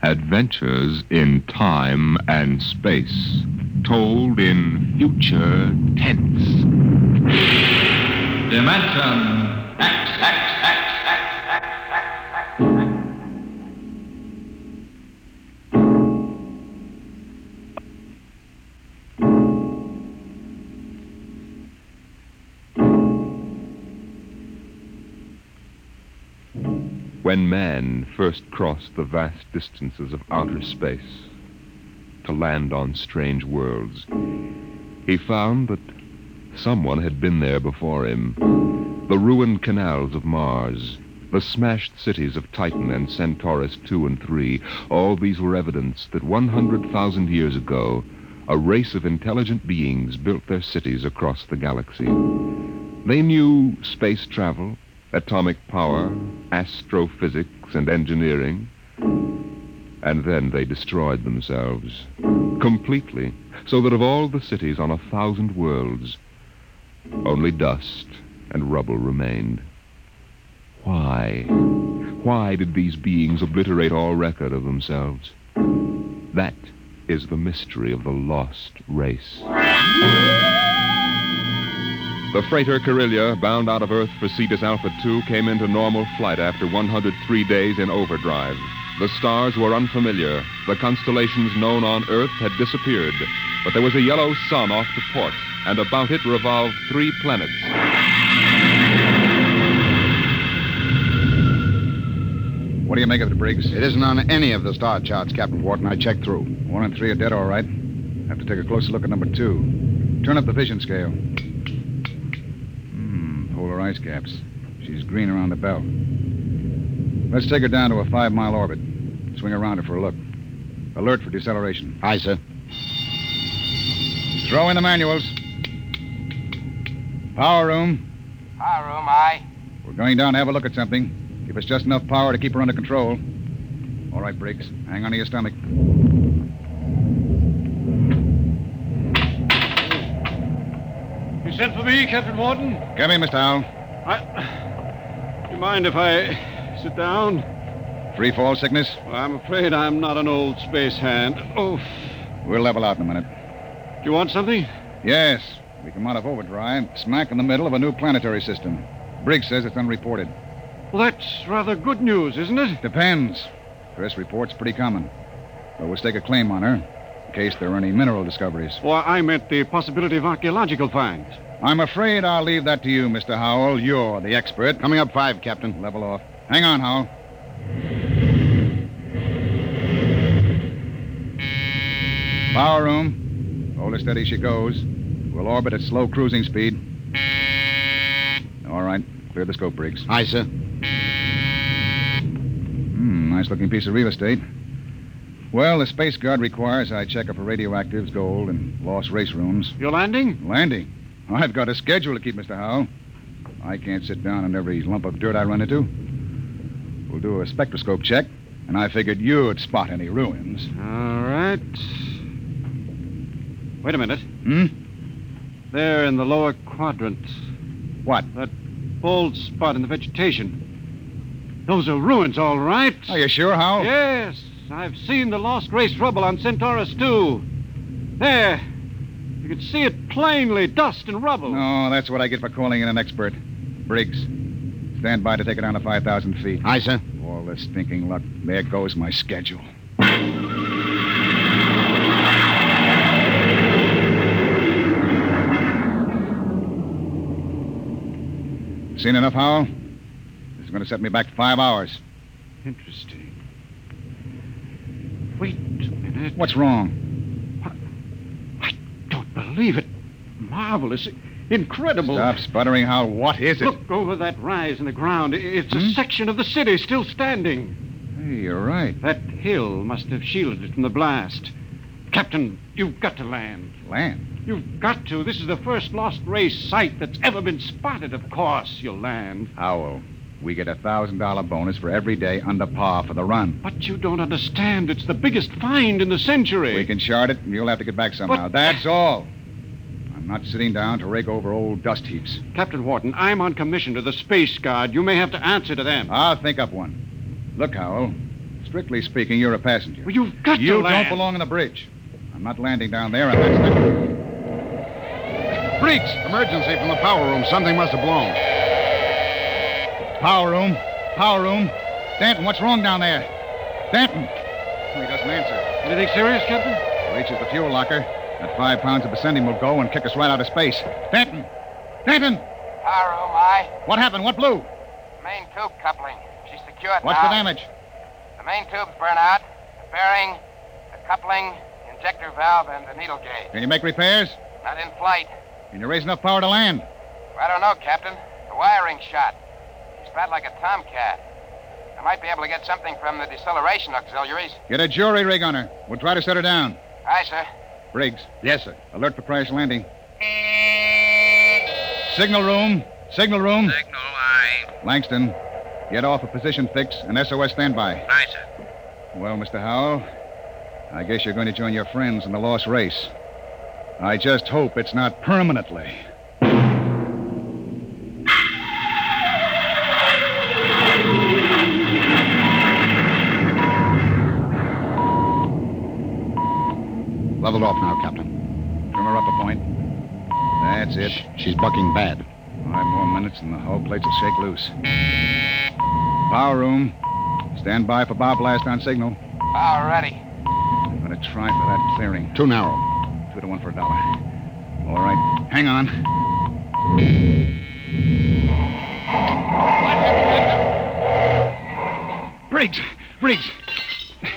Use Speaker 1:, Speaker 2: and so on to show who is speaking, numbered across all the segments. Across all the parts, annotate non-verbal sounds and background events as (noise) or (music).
Speaker 1: Adventures in time and space, told in future tense.
Speaker 2: Dimension X, X, X, X, X, X, X, X.
Speaker 1: When man first crossed the vast distances of outer space to land on strange worlds, he found that someone had been there before him. The ruined canals of Mars, the smashed cities of Titan and Centaurus II and III, all these were evidence that 100,000 years ago, a race of intelligent beings built their cities across the galaxy. They knew space travel, atomic power, astrophysics, and engineering. And then they destroyed themselves completely, so that of all the cities on a thousand worlds, only dust and rubble remained. Why? Why did these beings obliterate all record of themselves? That is the mystery of the lost race. The freighter Carillia, bound out of Earth for Cetus Alpha 2, came into normal flight after 103 days in overdrive. The stars were unfamiliar. The constellations known on Earth had disappeared. But there was a yellow sun off to port, and about it revolved three planets.
Speaker 3: What do you make of it, Briggs?
Speaker 4: It isn't on any of the star charts, Captain Wharton. I checked through.
Speaker 3: One and three are dead, all right. Have to take a closer look at number two. Turn up the vision scale. Hmm, polar ice caps. She's green around the belt. Let's take her down to a five mile orbit. Swing around her for a look. Alert for deceleration.
Speaker 4: Aye, sir.
Speaker 3: Throw in the manuals. Power room.
Speaker 5: Hi, room, aye.
Speaker 3: We're going down to have a look at something. Give us just enough power to keep her under control. All right, Briggs. Hang on to your stomach.
Speaker 6: You sent for me, Captain Morton?
Speaker 3: Come in, Mr. Howell.
Speaker 6: I. You mind if I sit down?
Speaker 3: Free fall sickness?
Speaker 6: Well, I'm afraid I'm not an old space hand. Oh,
Speaker 3: We'll level out in a minute.
Speaker 6: do you want something?
Speaker 3: Yes. We come out of overdrive, smack in the middle of a new planetary system. Briggs says it's unreported.
Speaker 6: Well, that's rather good news, isn't it?
Speaker 3: Depends. Press report's pretty common. But we'll stake a claim on her in case there are any mineral discoveries.
Speaker 6: Or I meant the possibility of archaeological finds.
Speaker 3: I'm afraid I'll leave that to you, Mr. Howell. You're the expert.
Speaker 4: Coming up five, Captain.
Speaker 3: Level off. Hang on, Howell. Power room. Hold her steady, she goes. We'll orbit at slow cruising speed. All right. Clear the scope, Briggs.
Speaker 4: Aye, sir.
Speaker 3: Hmm, nice looking piece of real estate. Well, the space guard requires I check her for radioactives, gold, and lost race rooms.
Speaker 6: You're landing?
Speaker 3: Landing. I've got a schedule to keep, Mr. Howell. I can't sit down on every lump of dirt I run into. We'll do a spectroscope check, and I figured you'd spot any ruins.
Speaker 6: All right. Wait a minute.
Speaker 3: Hmm?
Speaker 6: There in the lower quadrant,
Speaker 3: What?
Speaker 6: that bald spot in the vegetation. Those are ruins, all right.
Speaker 4: Oh,
Speaker 3: Are you sure, Howell?
Speaker 6: Yes, I've seen the lost race rubble on Centaurus too. There. You can see it plainly, dust and rubble.
Speaker 4: Oh.
Speaker 3: No, that's what I get for calling in an expert. Briggs, stand by to take it down to 5,000 feet.
Speaker 4: Aye, sir.
Speaker 3: All this stinking luck. There goes my schedule. Seen enough, Howell? This is going to set me back five hours.
Speaker 6: Interesting. Wait a minute.
Speaker 3: What's wrong?
Speaker 6: I don't believe it. Marvelous. Incredible.
Speaker 3: Stop sputtering, Howell. What is it?
Speaker 6: Look over that rise in the ground. I- It's
Speaker 3: Hmm?
Speaker 6: a section of the city still standing.
Speaker 3: Hey, you're right.
Speaker 6: That hill must have shielded it from the blast. Captain, you've got to land.
Speaker 3: Land.
Speaker 6: You've got to. This is the first lost race site that's ever been spotted, of course. You'll land.
Speaker 3: Howell, we get a $1,000 bonus for every day under par for the run.
Speaker 6: But you don't understand. It's the biggest find in the century.
Speaker 3: We can chart it, and you'll have to get back somehow.
Speaker 6: But-
Speaker 3: That's all. I'm not sitting down to rake over old dust heaps.
Speaker 6: Captain Wharton, I'm on
Speaker 3: Uh, Ah,
Speaker 6: commission to the Space Guard. You may have to answer to them.
Speaker 3: I'll think up one. Look, Howell. Strictly speaking, you're a passenger.
Speaker 6: Well, you've got
Speaker 3: you
Speaker 6: to land.
Speaker 3: don't belong on the bridge. I'm not landing down there. I'm not. Stepping.
Speaker 1: Freaks! Emergency from the power room. Something must have blown.
Speaker 3: Power room. Power room. Danton, what's wrong down there? Danton! He doesn't answer.
Speaker 6: Anything serious, Captain?
Speaker 3: Reaches the fuel locker. That five pounds of besending will go and kick us right out of space. Danton! Danton!
Speaker 7: Power room, aye.
Speaker 3: What happened? What blew?
Speaker 7: Main tube coupling. She's secured
Speaker 3: What's
Speaker 7: now.
Speaker 1: Ah.
Speaker 3: the damage?
Speaker 7: The main tube's burnt out. The bearing, the coupling, the injector valve, and the needle gauge.
Speaker 3: Can you make repairs?
Speaker 7: Not in flight.
Speaker 3: Can you raise enough power to land?
Speaker 7: I don't know, Captain. The wiring shot. She's flat like a tomcat. I might be able to get something from the deceleration auxiliaries.
Speaker 3: Get a jury rig on her. We'll try to set her down.
Speaker 7: Aye, sir.
Speaker 3: Briggs. Yes, sir. Alert for crash landing. Signal room. Signal room.
Speaker 8: Signal, aye.
Speaker 3: Langston, get off a position fix and SOS standby.
Speaker 8: Aye, sir.
Speaker 3: Well, Mr. Howell, I guess you're going to join your friends in the lost race. I just hope it's not permanently.
Speaker 1: Leveled off now, Captain.
Speaker 3: Trim her up a point. That's it.
Speaker 1: She's bucking bad.
Speaker 3: Five more minutes and the hull plates will shake loose. Power room. Stand by for bow blast on signal.
Speaker 7: Power ready.
Speaker 3: I'm going to try for that clearing.
Speaker 1: Too narrow.
Speaker 3: Two to one for a dollar. All right. Hang on. Briggs! Briggs!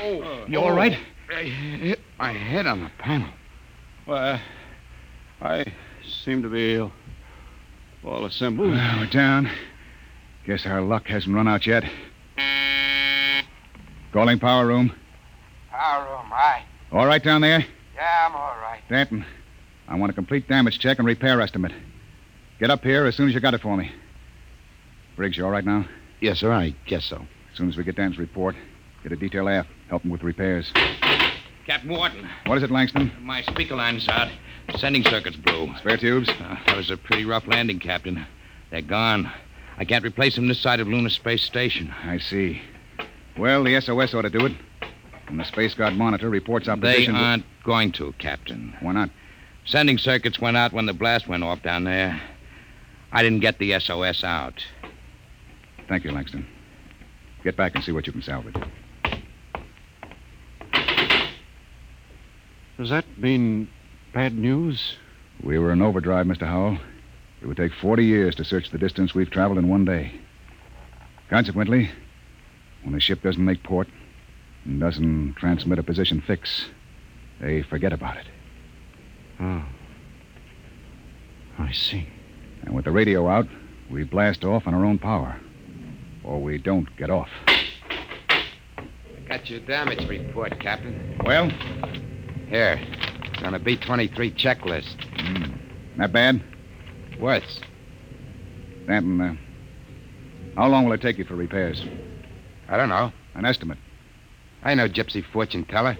Speaker 1: Oh,
Speaker 3: You all right?
Speaker 1: I hit my head on the panel.
Speaker 6: Well, I seem to be all- all assembled.
Speaker 3: Well, we're down. Guess our luck hasn't run out yet. Calling power room.
Speaker 7: Power room, aye.
Speaker 3: All right down there?
Speaker 7: Yeah, I'm all right.
Speaker 3: Danton, I want a complete damage check and repair estimate. Get up here as soon as you got it for me. Briggs, you all right now?
Speaker 1: Yes, sir, I guess so.
Speaker 3: As soon as we get Danton's report, get a detail aft. Help him with repairs.
Speaker 8: Captain Wharton,
Speaker 3: What is it, Langston?
Speaker 8: my speaker line's out. Sending circuits blew.
Speaker 3: Spare tubes?
Speaker 8: Uh, that was a pretty rough landing, Captain. They're gone. I can't replace them this side of Lunar Space Station.
Speaker 3: I see. Well, the SOS ought to do it. And the Space Guard monitor reports our
Speaker 8: They
Speaker 3: position. to-
Speaker 8: aren't going to, Captain.
Speaker 3: Why not?
Speaker 8: Sending circuits went out when the blast went off down there. I didn't get the SOS out.
Speaker 3: Thank you, Langston. Get back and see what you can salvage.
Speaker 6: Does that mean bad news?
Speaker 3: We were in overdrive, Mr. Howell. It would take 40 years to search the distance we've traveled in one day. Consequently, when a ship doesn't make port and doesn't transmit a position fix, they forget about it.
Speaker 6: Oh. I see.
Speaker 3: And with the radio out, we blast off on our own power. Or we don't get off.
Speaker 8: Got your damage report, Captain.
Speaker 3: Well,
Speaker 8: Here, it's on a B 23 checklist.
Speaker 3: not bad.
Speaker 8: Worse.
Speaker 3: Stanton, uh, how long will it take you for repairs?
Speaker 8: I don't know.
Speaker 3: An estimate.
Speaker 8: I know Gypsy Fortune Teller.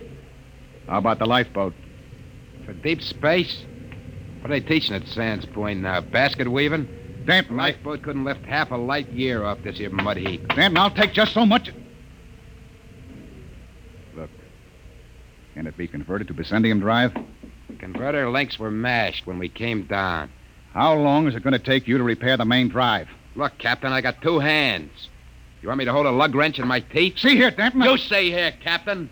Speaker 3: How about the lifeboat?
Speaker 8: For deep space? What are they teaching at Sands Point now? Basket weaving?
Speaker 3: Stanton, I-
Speaker 8: Lifeboat couldn't lift half a light year off this here mud heap.
Speaker 3: Stanton, I'll take just so much. Look, can it be converted to Bessendium Drive?
Speaker 8: Converter links were mashed when we came down.
Speaker 3: How long is it going to take you to repair the main drive?
Speaker 8: Look, Captain, I got two hands. You want me to hold a lug wrench in my teeth?
Speaker 3: See here, Stanton.
Speaker 8: You stay here, Captain.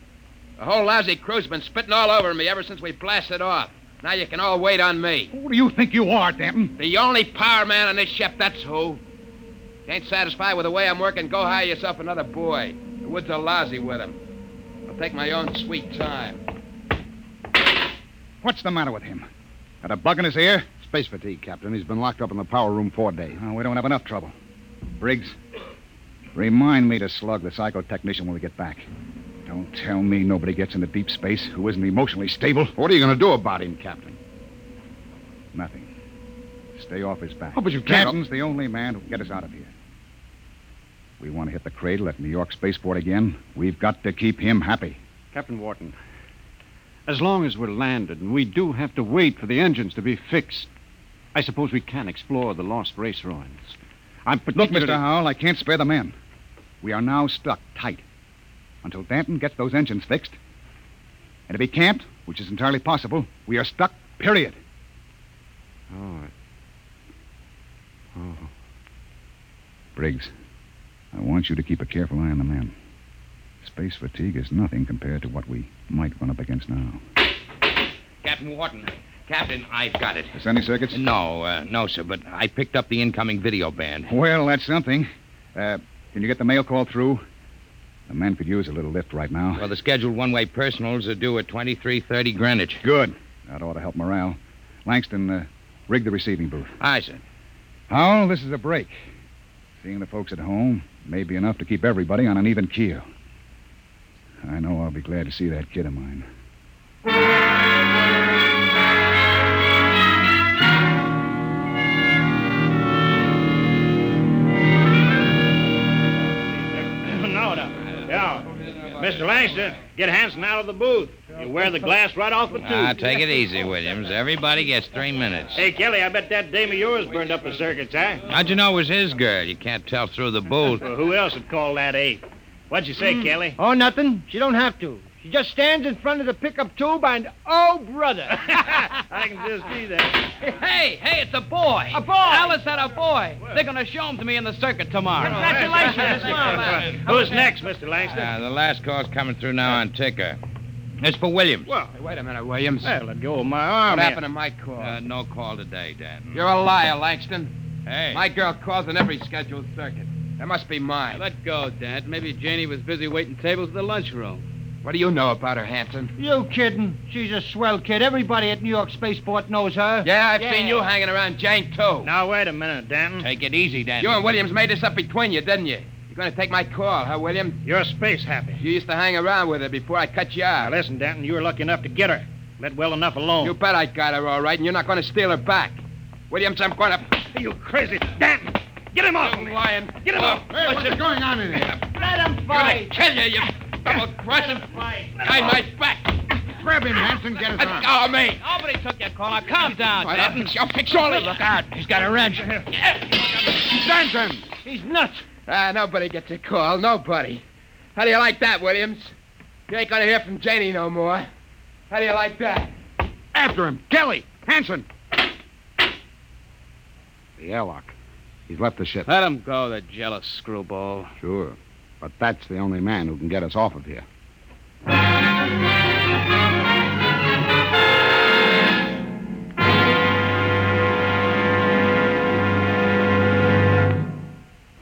Speaker 8: The whole lousy crew's been spitting all over me ever since we blasted off. Now you can all wait on me.
Speaker 3: Who do you think you are, Stanton?
Speaker 8: The only power man on this ship, that's who. If you ain't satisfied with the way I'm working, go hire yourself another boy. The woods are lousy with him. I'll take my own sweet time.
Speaker 3: What's the matter with him? Got a bug in his ear?
Speaker 1: Space fatigue, Captain. He's been locked up in the power room four days.
Speaker 3: Oh, we don't have enough trouble. Briggs, remind me to slug the psychotechnician when we get back. Don't tell me nobody gets into deep space who isn't emotionally stable.
Speaker 1: What are you going to do about him, Captain?
Speaker 3: Nothing. Stay off his back.
Speaker 1: Oh, but you can't-
Speaker 3: Captain's the only man who can get us out of here. We want to hit the cradle at New York Spaceport again. We've got to keep him happy.
Speaker 6: Captain Wharton, as long as we're landed and we do have to wait for the engines to be fixed, I suppose we can explore the lost race ruins. I'm
Speaker 3: Look,
Speaker 6: particularly...
Speaker 3: Mr. Howell, I can't spare the men. We are now stuck tight. until Danton gets those engines fixed. And if he can't, which is entirely possible, we are stuck, period.
Speaker 6: Oh. Oh.
Speaker 3: Briggs, I want you to keep a careful eye on the men. Space fatigue is nothing compared to what we might run up against now.
Speaker 8: Captain Wharton. Captain, I've got it.
Speaker 3: Is any circuits?
Speaker 8: No, uh, no, sir, but I picked up the incoming video band.
Speaker 3: Well, that's something. Uh, can you get the mail call through? The men could use a little lift right now.
Speaker 8: Well, the scheduled one-way personals are due at 2330 Greenwich.
Speaker 3: Good. That ought to help morale. Langston, uh, rig the receiving booth.
Speaker 8: Aye, sir.
Speaker 3: Howell, this is a break. Seeing the folks at home may be enough to keep everybody on an even keel. I know I'll be glad to see that kid of mine.
Speaker 9: Mr. Langston, get Hanson out of the booth. You wear the glass right off the tooth.
Speaker 8: Ah, take it easy, Williams. Everybody gets three minutes.
Speaker 9: Hey, Kelly, I bet that dame of yours burned up the circuits, huh?
Speaker 8: How'd you know it was his girl? You can't tell through the booth.
Speaker 9: well, who else would call that ape? What'd you say, mm.
Speaker 6: (laughs)
Speaker 9: Kelly?
Speaker 10: Oh, nothing. She don't have to. She just stands in front of the pickup tube and, oh, brother.
Speaker 6: (laughs)
Speaker 9: I can just see that.
Speaker 11: Hey, hey, it's a boy.
Speaker 10: A boy.
Speaker 11: Alice had a boy. Well. They're going to show him to me in the circuit tomorrow. (laughs)
Speaker 10: Congratulations. Mom.
Speaker 9: Who's next, Mr. Langston?
Speaker 8: Uh, the last call's coming through now on ticker. It's for Williams.
Speaker 12: Well, hey, wait a minute, Williams.
Speaker 9: Well, let go of my arm.
Speaker 12: What happened to my call? Uh,
Speaker 8: no call today, Danton.
Speaker 12: You're a liar, Langston.
Speaker 8: Hey.
Speaker 12: My girl calls in every scheduled circuit. That must be mine.
Speaker 11: Let go, Dad. Maybe Janie was busy waiting tables at the lunchroom.
Speaker 12: What do you know about her, Hanson?
Speaker 10: You kidding? She's a swell kid. Everybody at New York Spaceport knows her.
Speaker 12: Yeah, I've yeah. seen you hanging around Jane, too.
Speaker 9: Now, wait a minute, Danton.
Speaker 8: Take it easy, Danton.
Speaker 12: You and Williams made this up between you, didn't you? You're going to take my call, huh, William?
Speaker 9: You're space happy.
Speaker 12: You used to hang around with her before I cut you out.
Speaker 9: Now, listen, Danton, you were lucky enough to get her. Let well enough alone.
Speaker 12: You bet I got her all right, and you're not going to steal her back. Williams, I'm going to...
Speaker 9: Are you crazy? Danton! Get him off!
Speaker 12: You lion!
Speaker 9: Get him oh. off!
Speaker 4: Hey, what's it going on in here?
Speaker 10: Let him fight!
Speaker 12: kill you, you double crossing. Behind my back.
Speaker 4: Grab him, Hanson. Get his arm.
Speaker 12: Oh, me.
Speaker 11: Uh-huh. Nobody took your call. Calm down,
Speaker 12: well, Denton. Your picture only.
Speaker 11: Look out. He's got a
Speaker 12: (laughs)
Speaker 11: wrench.
Speaker 12: Denton.
Speaker 10: He's nuts.
Speaker 12: Ah, uh, nobody gets a call. Nobody. How do you like that, Williams? You ain't gonna hear from Janie no more. How do you like that?
Speaker 4: After him. Kelly. Hanson.
Speaker 3: The airlock. He's left the ship.
Speaker 11: Let him go, the jealous screwball.
Speaker 3: Sure. But that's the only man who can get us off of here.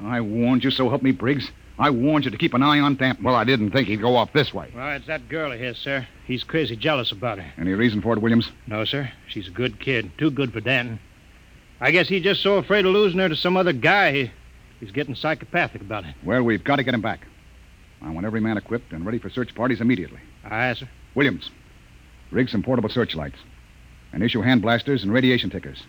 Speaker 3: I warned you, so help me, Briggs. I warned you to keep an eye on Damp.
Speaker 4: Well, I didn't think he'd go off this way.
Speaker 9: Well, it's that girl here, sir. He's crazy jealous about her.
Speaker 3: Any reason for it, Williams?
Speaker 9: No, sir. She's a good kid. Too good for Danton. I guess he's just so afraid of losing her to some other guy. He... He's getting psychopathic about it.
Speaker 3: Well, we've got to get him back. I want every man equipped and ready for search parties immediately.
Speaker 9: Aye, sir.
Speaker 3: Williams, rig some portable searchlights and issue hand blasters and radiation tickers.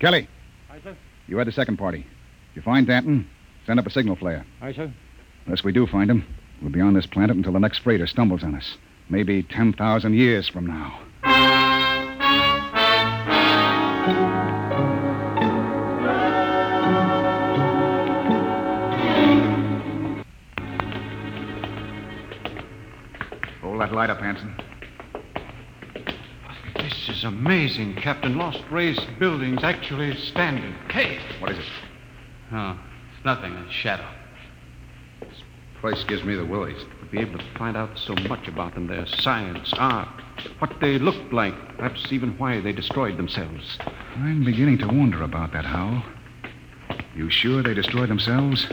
Speaker 3: Kelly.
Speaker 13: Aye, sir.
Speaker 3: You head the second party. If you find Danton, send up a signal flare.
Speaker 13: Aye, sir.
Speaker 3: Unless we do find him, we'll be on this planet until the next freighter stumbles on us. Maybe 10,000 years from now. light up, Hanson.
Speaker 6: This is amazing, Captain. Lost raised buildings actually standing.
Speaker 11: Hey!
Speaker 3: What is it?
Speaker 11: Oh, it's nothing. A shadow.
Speaker 3: This place gives me the willies.
Speaker 6: To be able to find out so much about them, their science, art, what they looked like, perhaps even why they destroyed themselves.
Speaker 3: I'm beginning to wonder about that, Howell. You sure they destroyed themselves?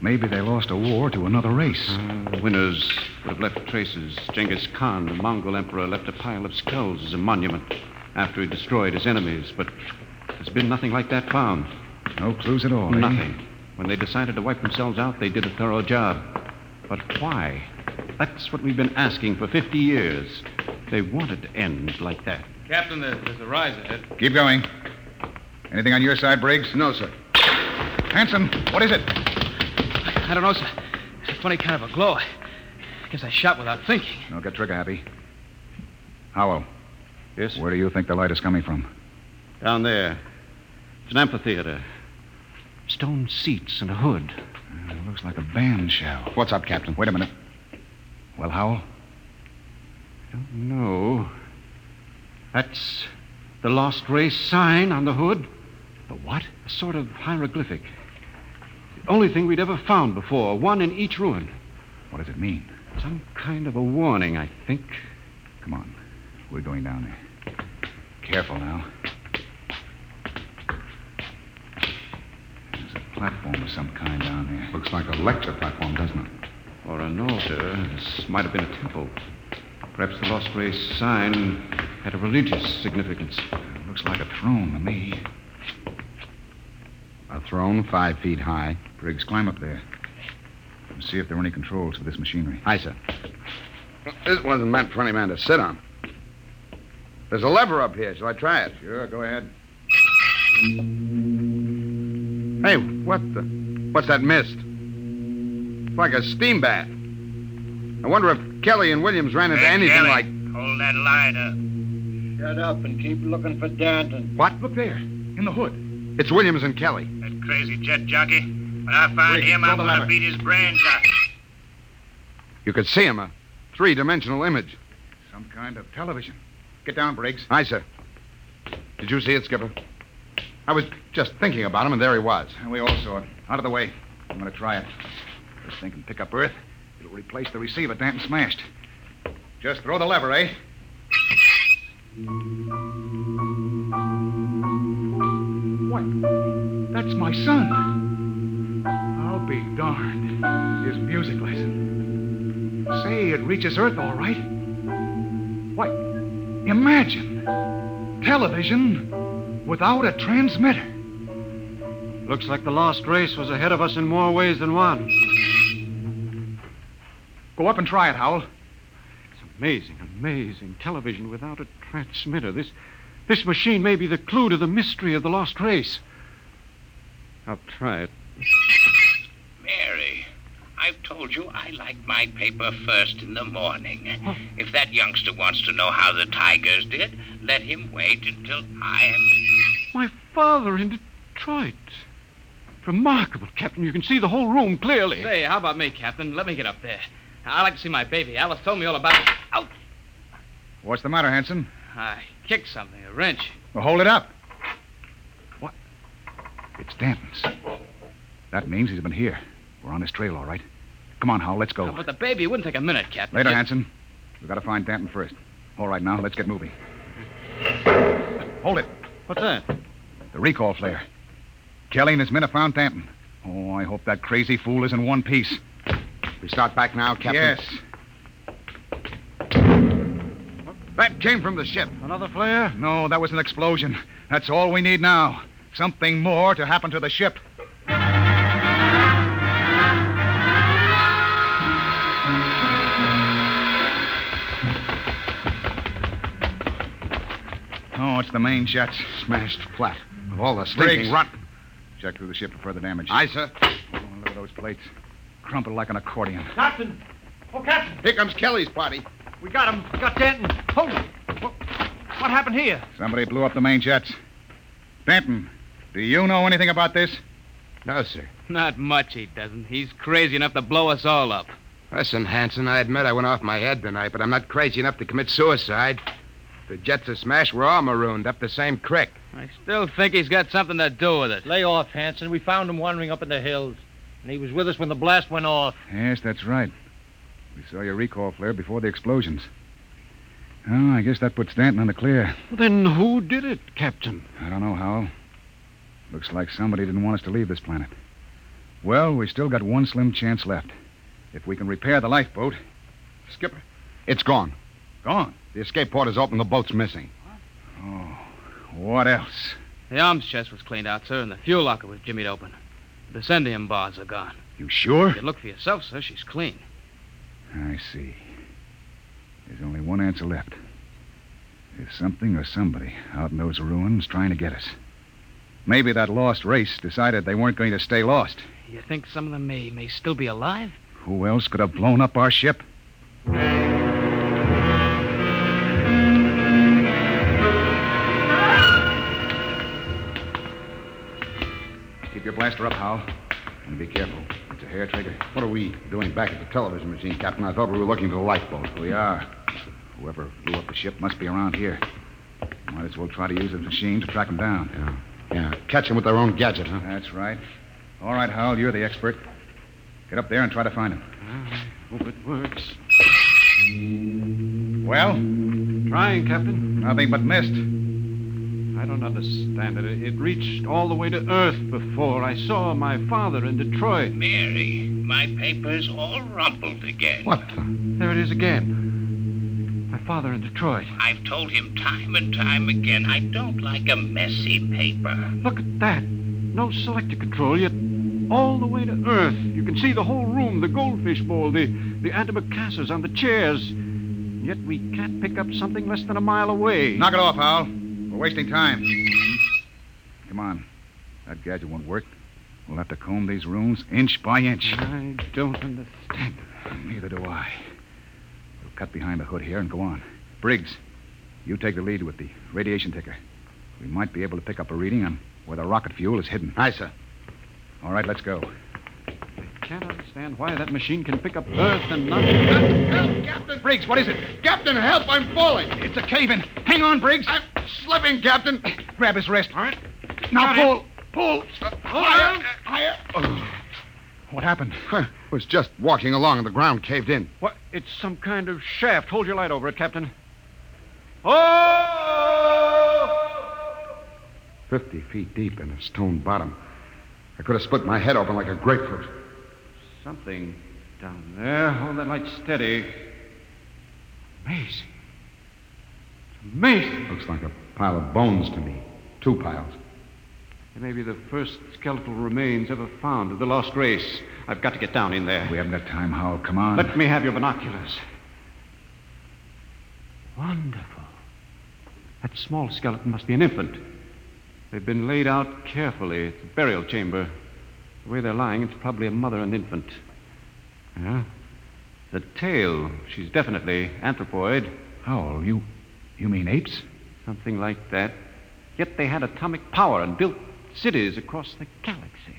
Speaker 3: Maybe they lost a war to another race.
Speaker 6: Uh, the winners would have left traces. Genghis Khan, the Mongol emperor, left a pile of skulls as a monument after he destroyed his enemies, but there's been nothing like that found.
Speaker 3: No clues at all.
Speaker 6: Nothing.
Speaker 3: Eh?
Speaker 6: When they decided to wipe themselves out, they did a thorough job. But why? That's what we've been asking for 50 years. They wanted to end like that.
Speaker 11: Captain, there's a rise ahead.
Speaker 3: Keep going. Anything on your side, Briggs?
Speaker 4: No, sir.
Speaker 3: Hanson, what is it?
Speaker 11: I don't know, sir. It's a funny kind of a glow. I guess I shot without thinking.
Speaker 3: Don't get trigger happy. Howell.
Speaker 6: Yes?
Speaker 3: Where do you think the light is coming from?
Speaker 6: Down there. It's an amphitheater. Stone seats and a hood.
Speaker 3: Uh, looks like a band shell.
Speaker 4: What's up, Captain?
Speaker 3: Wait a minute. Well, Howell?
Speaker 6: I don't know. That's the Lost Race sign on the hood.
Speaker 3: The what?
Speaker 6: A sort of hieroglyphic. The only thing we'd ever found before, one in each ruin.
Speaker 3: What does it mean?
Speaker 6: Some kind of a warning, I think.
Speaker 3: Come on. We're going down there. Careful now. There's a platform of some kind down there.
Speaker 14: Looks like a lecture platform, doesn't it?
Speaker 6: Or an altar. This might have been a temple. Perhaps the Lost Race sign had a religious significance.
Speaker 3: It looks like a throne to me.
Speaker 14: A throne five feet high.
Speaker 3: Briggs, climb up there. And see if there are any controls for this machinery.
Speaker 14: Aye, sir. This wasn't meant for any man to sit on. There's a lever up here. Shall I try it?
Speaker 3: Sure, go ahead.
Speaker 14: Hey, what the? What's that mist? It's like a steam bath. I wonder if Kelly and Williams ran into
Speaker 8: hey,
Speaker 14: anything
Speaker 8: Kelly,
Speaker 14: like.
Speaker 8: Hold that line up.
Speaker 15: Shut up and keep looking for Danton.
Speaker 14: What? Look there, in the hood. It's Williams and Kelly.
Speaker 8: That crazy jet jockey. When I find
Speaker 14: Briggs,
Speaker 8: him, I'm
Speaker 14: pull the
Speaker 8: going
Speaker 14: lever.
Speaker 8: to beat his brains out.
Speaker 14: You could see him, a three dimensional image.
Speaker 3: Some kind of television. Get down, Briggs.
Speaker 14: Aye, sir. Did you see it, Skipper? I was just thinking about him, and there he was.
Speaker 3: And we all saw it. Out of the way. I'm going to try it. This thing can pick up Earth. It'll replace the receiver Danton smashed. Just throw the lever, eh? What? That's my son. I'll be darned. His music lesson. Say, it reaches Earth all right. Why, imagine television without a transmitter.
Speaker 6: Looks like the Lost Race was ahead of us in more ways than one.
Speaker 3: Go up and try it, Howell.
Speaker 6: Amazing, amazing. Television without a transmitter. This, this machine may be the clue to the mystery of the Lost Race. I'll try it.
Speaker 8: Mary, I've told you I like my paper first in the morning. If that youngster wants to know how the Tigers did, let him wait until I am.
Speaker 6: My father in Detroit. Remarkable, Captain. You can see the whole room clearly.
Speaker 9: Say, how about me, Captain? Let me get up there. I'd like to see my baby. Alice told me all about it. Out!
Speaker 3: What's the matter, Hanson?
Speaker 9: I kicked something, a wrench.
Speaker 3: Well, hold it up. What? It's Danton's. That means he's been here. We're on his trail, all right. Come on, Howell, let's go.
Speaker 9: Oh, but the baby, it wouldn't take a minute, Captain.
Speaker 3: Later,
Speaker 9: Just-
Speaker 3: Hanson. We've got to find Danton first. All right, now, let's get moving. Hold it.
Speaker 6: What's that?
Speaker 3: The recall flare. Kelly and his men have found Danton. Oh, I hope that crazy fool is in one piece.
Speaker 14: We start back now, Captain.
Speaker 3: Yes.
Speaker 14: That came from the ship.
Speaker 6: Another flare?
Speaker 3: No, that was an explosion. That's all we need now. Something more to happen to the ship. Oh, it's the main jets.
Speaker 14: Smashed flat. Of all the stinking
Speaker 3: Briggs.
Speaker 14: rot.
Speaker 3: Check through the ship for further damage.
Speaker 14: Aye, sir.
Speaker 3: Oh, look at those plates. Crumpled like an accordion.
Speaker 15: Captain! Oh, Captain!
Speaker 14: Here comes Kelly's party.
Speaker 15: We got him. We got Danton. Hold him. What, what happened here?
Speaker 3: Somebody blew up the main jets. Benton, do you know anything about this?
Speaker 16: No, sir.
Speaker 9: Not much he doesn't. He's crazy enough to blow us all up.
Speaker 16: Listen, Hanson, I admit I went off my head tonight, but I'm not crazy enough to commit suicide. If The jets are smashed. We're all marooned up the same creek.
Speaker 9: I still think he's got something to do with it.
Speaker 15: Lay off, Hanson. We found him wandering up in the hills. And he was with us when the blast went off.
Speaker 3: Yes, that's right. We saw your recall flare before the explosions. Oh, I guess that puts Stanton on the clear.
Speaker 6: Then who did it, Captain?
Speaker 3: I don't know, Howell. Looks like somebody didn't want us to leave this planet. Well, we still got one slim chance left. If we can repair the lifeboat,
Speaker 14: Skipper, it's gone.
Speaker 3: gone.
Speaker 14: The escape port is open. The boat's missing.
Speaker 3: Oh, what else?
Speaker 9: The arms chest was cleaned out, sir, and the fuel locker was jimmied open. The descendium bars are gone.
Speaker 3: You sure?
Speaker 9: You can look for yourself, sir. She's clean.
Speaker 3: I see. There's only one answer left. There's something or somebody out in those ruins trying to get us. Maybe that lost race decided they weren't going to stay lost.
Speaker 9: You think some of them may, may still be alive?
Speaker 3: Who else could have blown up our ship? Keep your blaster up, Hal. And be careful. It's a Here, Trigger.
Speaker 4: What are we doing back at the television machine, Captain? I thought we were looking for the lifeboat.
Speaker 3: We are. Whoever blew up the ship must be around here. Might as well try to use the machine to track them down.
Speaker 4: Yeah. Yeah. Catch them with their own gadget, huh?
Speaker 3: That's right. All right, Howell, you're the expert. Get up there and try to find him.
Speaker 6: Hope it works.
Speaker 3: Well?
Speaker 6: Trying, Captain.
Speaker 3: Nothing but mist.
Speaker 6: I don't understand it. It reached all the way to Earth before. I saw my father in Detroit.
Speaker 13: Mary, my paper's all rumpled again.
Speaker 6: What? There it is again. My father in Detroit.
Speaker 13: I've told him time and time again I don't like a messy paper.
Speaker 6: Look at that. No selector control, yet all the way to Earth. You can see the whole room, the goldfish bowl, the, the antimacassars on the chairs. Yet we can't pick up something less than a mile away.
Speaker 3: Knock it off, Hal. We're wasting time. Come on. That gadget won't work. We'll have to comb these rooms inch by inch.
Speaker 6: I don't understand.
Speaker 3: Neither do I. We'll cut behind the hood here and go on. Briggs, you take the lead with the radiation ticker. We might be able to pick up a reading on where the rocket fuel is hidden.
Speaker 4: Aye, sir.
Speaker 3: All right, let's go.
Speaker 6: I can't understand why that machine can pick up Earth and not. Captain,
Speaker 4: help! Captain! Briggs, what is it? Captain, help! I'm falling!
Speaker 3: It's a cave in. Hang on, Briggs.
Speaker 4: I'm slipping, Captain.
Speaker 3: Grab his wrist.
Speaker 4: All right.
Speaker 3: Now
Speaker 4: Got
Speaker 3: pull.
Speaker 4: It. Pull.
Speaker 3: Uh,
Speaker 4: higher. Higher. Oh.
Speaker 3: What happened?
Speaker 4: I was just walking along and the ground caved in.
Speaker 6: What? It's some kind of shaft. Hold your light over it, Captain. Oh!
Speaker 4: Fifty feet deep in a stone bottom. I could have split my head open like a grapefruit.
Speaker 6: Something down there. Hold that light steady. Amazing. It's amazing.
Speaker 4: Looks like a pile of bones to me. Two piles.
Speaker 6: It may be the first skeletal remains ever found of the lost race. I've got to get down in there.
Speaker 3: We haven't got time, Howell. Come on.
Speaker 6: Let me have your binoculars. Wonderful. That small skeleton must be an infant. They've been laid out carefully. It's a burial chamber. The way they're lying, it's probably a mother and infant. Yeah? The tail. She's definitely anthropoid.
Speaker 3: Howell, you. You mean apes?
Speaker 6: Something like that. Yet they had atomic power and built cities across the galaxy.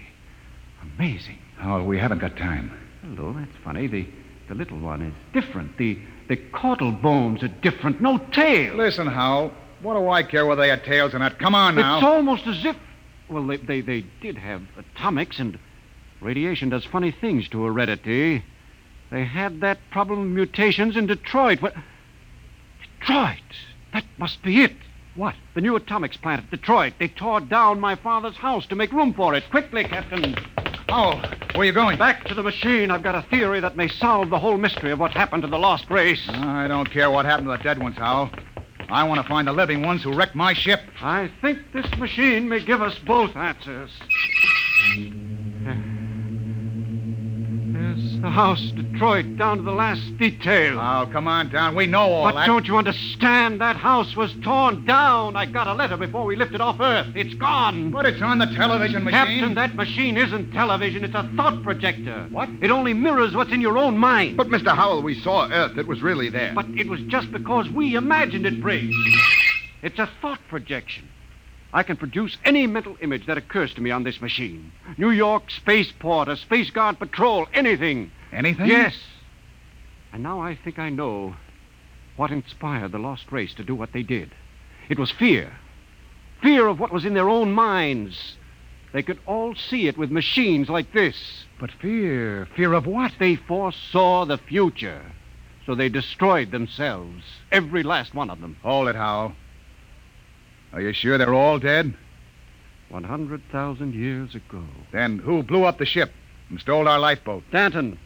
Speaker 6: Amazing.
Speaker 3: Howell, we haven't got time.
Speaker 6: Hello, that's funny. The, the little one is different. The, the caudal bones are different. No tail.
Speaker 3: Listen, Howell. What do I care whether they had tails or not? Come on now.
Speaker 6: It's almost as if. Well, they, they, they did have atomics, and radiation does funny things to heredity. They had that problem of mutations in Detroit. What? Detroit! That must be it.
Speaker 3: What?
Speaker 6: The new atomics plant at Detroit. They tore down my father's house to make room for it. Quickly, Captain.
Speaker 3: Oh, where are you going?
Speaker 6: Back to the machine. I've got a theory that may solve the whole mystery of what happened to the lost race.
Speaker 3: I don't care what happened to the dead ones, Howell. I want to find the living ones who wrecked my ship.
Speaker 6: I think this machine may give us both answers. There's the house, Detroit, down to the last detail.
Speaker 3: Oh, come on down. We know all
Speaker 6: but
Speaker 3: that.
Speaker 6: But don't you understand? That house was torn down. I got a letter before we lifted off Earth. It's gone.
Speaker 3: But it's on the television machine.
Speaker 6: Captain, that machine isn't television. It's a thought projector.
Speaker 3: What?
Speaker 6: It only mirrors what's in your own mind.
Speaker 4: But, Mr. Howell, we saw Earth. It was really there.
Speaker 6: But it was just because we imagined it, Briggs. It's a thought projection. I can produce any mental image that occurs to me on this machine. New York, spaceport, a space guard patrol, anything.
Speaker 3: Anything?
Speaker 6: Yes. And now I think I know what inspired the lost race to do what they did. It was fear. Fear of what was in their own minds. They could all see it with machines like this.
Speaker 3: But fear? Fear of what?
Speaker 6: They foresaw the future. So they destroyed themselves. Every last one of them.
Speaker 3: Hold it, Howell. Are you sure they're all dead?
Speaker 6: 100,000 years ago.
Speaker 3: Then who blew up the ship and stole our lifeboat?
Speaker 6: Danton.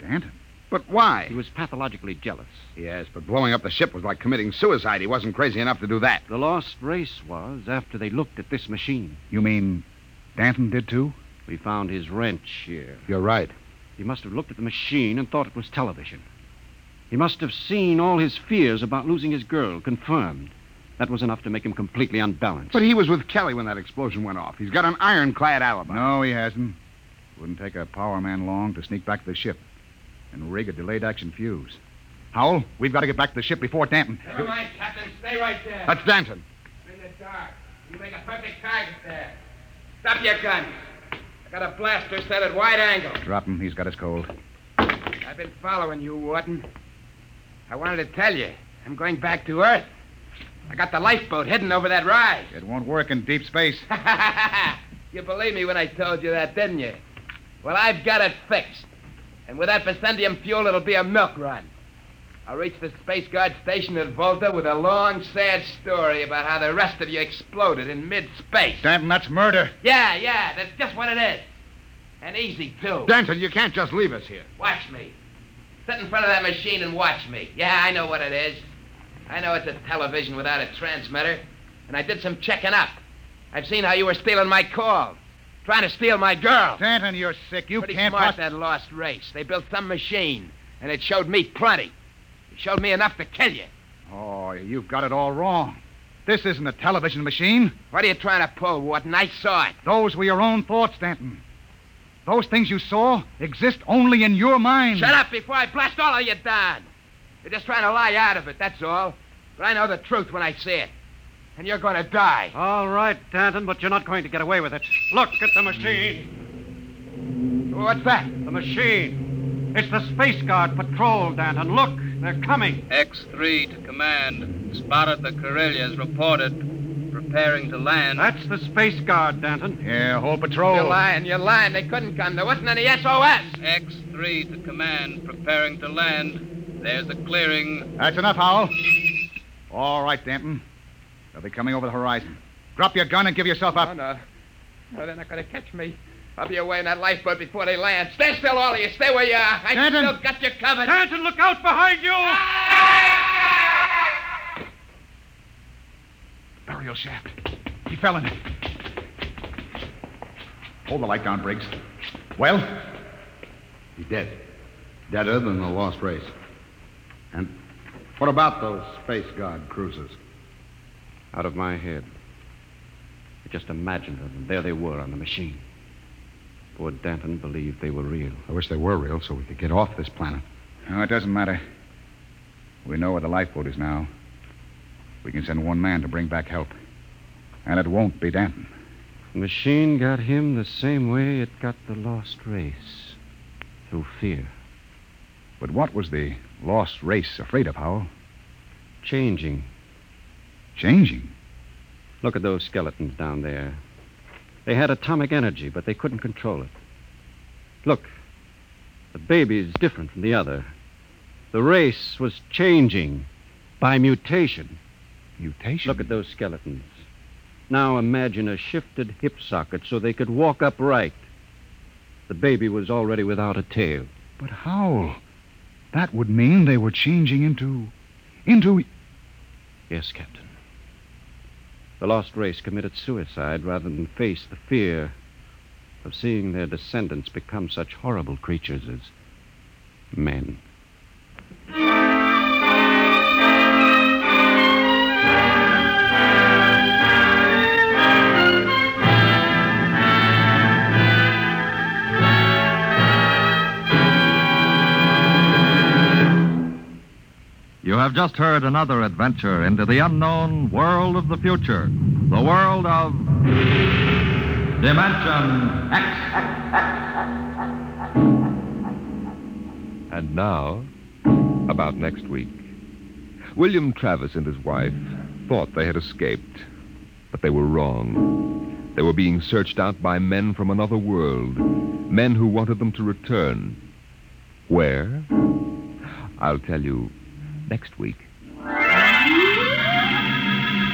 Speaker 3: Danton?
Speaker 4: But why?
Speaker 6: He was pathologically jealous.
Speaker 4: Yes, but blowing up the ship was like committing suicide. He wasn't crazy enough to do that.
Speaker 6: The lost race was after they looked at this machine.
Speaker 3: You mean Danton did too?
Speaker 6: We found his wrench here.
Speaker 4: You're right.
Speaker 6: He must have looked at the machine and thought it was television. He must have seen all his fears about losing his girl confirmed. That was enough to make him completely unbalanced.
Speaker 4: But he was with Kelly when that explosion went off. He's got an ironclad alibi.
Speaker 3: No, he hasn't. Wouldn't take a power man long to sneak back to the ship and rig a delayed action fuse. Howell, we've got to get back to the ship before Danton.
Speaker 17: Never mind, Captain. Stay right there.
Speaker 4: That's Danton.
Speaker 17: In the dark. You make a perfect target there. Stop your guns.
Speaker 12: I got a blaster set at wide angle.
Speaker 3: Drop him. He's got us cold.
Speaker 12: I've been following you, Wharton. I wanted to tell you. I'm going back to Earth. I got the lifeboat hidden over that rise.
Speaker 3: It won't work in deep space.
Speaker 12: (laughs) you believed me when I told you that, didn't you? Well, I've got it fixed. And with that bessendium fuel, it'll be a milk run. I'll reach the Space Guard station at Volta with a long, sad story about how the rest of you exploded in mid-space.
Speaker 3: Danton, that's murder.
Speaker 12: Yeah, yeah, that's just what it is. And easy, too.
Speaker 4: Danton, you can't just leave us here.
Speaker 12: Watch me. Sit in front of that machine and watch me. Yeah, I know what it is. I know it's a television without a transmitter. And I did some checking up. I've seen how you were stealing my calls, trying to steal my girl.
Speaker 3: Danton, you're sick. You
Speaker 12: Pretty
Speaker 3: can't.
Speaker 12: smart that lost race. They built some machine, and it showed me plenty. It showed me enough to kill you.
Speaker 3: Oh, you've got it all wrong. This isn't a television machine.
Speaker 12: What are you trying to pull, Wharton? I saw it.
Speaker 3: Those were your own thoughts, Danton. Those things you saw exist only in your mind.
Speaker 12: Shut up before I blast all of you down. You're just trying to lie out of it, that's all. But I know the truth when I see it. And you're going to die.
Speaker 6: All right, Danton, but you're not going to get away with it. Look at the machine.
Speaker 12: What's that?
Speaker 6: The machine. It's the Space Guard patrol, Danton. Look, they're coming.
Speaker 18: X3 to command. Spotted the Karelias, reported. Preparing to land.
Speaker 6: That's the Space Guard, Danton.
Speaker 3: Yeah, whole patrol.
Speaker 12: You're lying, you're lying. They couldn't come. There wasn't any SOS.
Speaker 18: X3 to command. Preparing to land. There's a clearing.
Speaker 3: That's enough, Howell. All right, Danton. They'll be coming over the horizon. Drop your gun and give yourself up.
Speaker 12: Oh, no. No, they're not going to catch me. I'll be away in that lifeboat before they land. Stay still, all of you. Stay where you are. I
Speaker 3: Danton.
Speaker 12: still got you covered.
Speaker 6: Danton, look out behind you!
Speaker 3: Burial shaft. He fell in it. Hold the light down, Briggs. Well?
Speaker 19: He's dead. Deader than the lost race. And what about those space guard cruisers?
Speaker 6: Out of my head. I just imagined them. There they were on the machine. Poor Danton believed they were real.
Speaker 19: I wish they were real so we could get off this planet.
Speaker 3: No, it doesn't matter. We know where the lifeboat is now. We can send one man to bring back help. And it won't be Danton.
Speaker 6: The machine got him the same way it got the lost race through fear.
Speaker 3: But what was the lost race afraid of, Howell?
Speaker 6: Changing.
Speaker 3: Changing?
Speaker 6: Look at those skeletons down there. They had atomic energy, but they couldn't control it. Look, the baby's different from the other. The race was changing by mutation.
Speaker 3: Mutation?
Speaker 6: Look at those skeletons. Now imagine a shifted hip socket so they could walk upright. The baby was already without a tail.
Speaker 3: But Howell, that would mean they were changing into. into.
Speaker 6: Yes, Captain. The lost race committed suicide rather than face the fear of seeing their descendants become such horrible creatures as men.
Speaker 20: You have just heard another adventure into the unknown world of the future, the world of Dimension X.
Speaker 1: And now, about next week. William Travis and his wife thought they had escaped, but they were wrong. They were being searched out by men from another world, men who wanted them to return. Where? I'll tell you next week.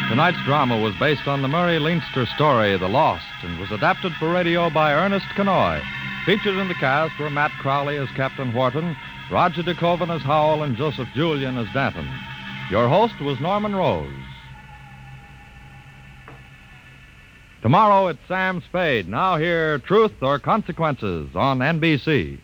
Speaker 20: Tonight's drama was based on the Murray Leinster story, The Lost, and was adapted for radio by Ernest Canoy. Featured in the cast were Matt Crowley as Captain Wharton, Roger DeCoven as Howell, and Joseph Julian as Danton. Your host was Norman Rose. Tomorrow it's Sam Spade. Now hear Truth or Consequences on NBC.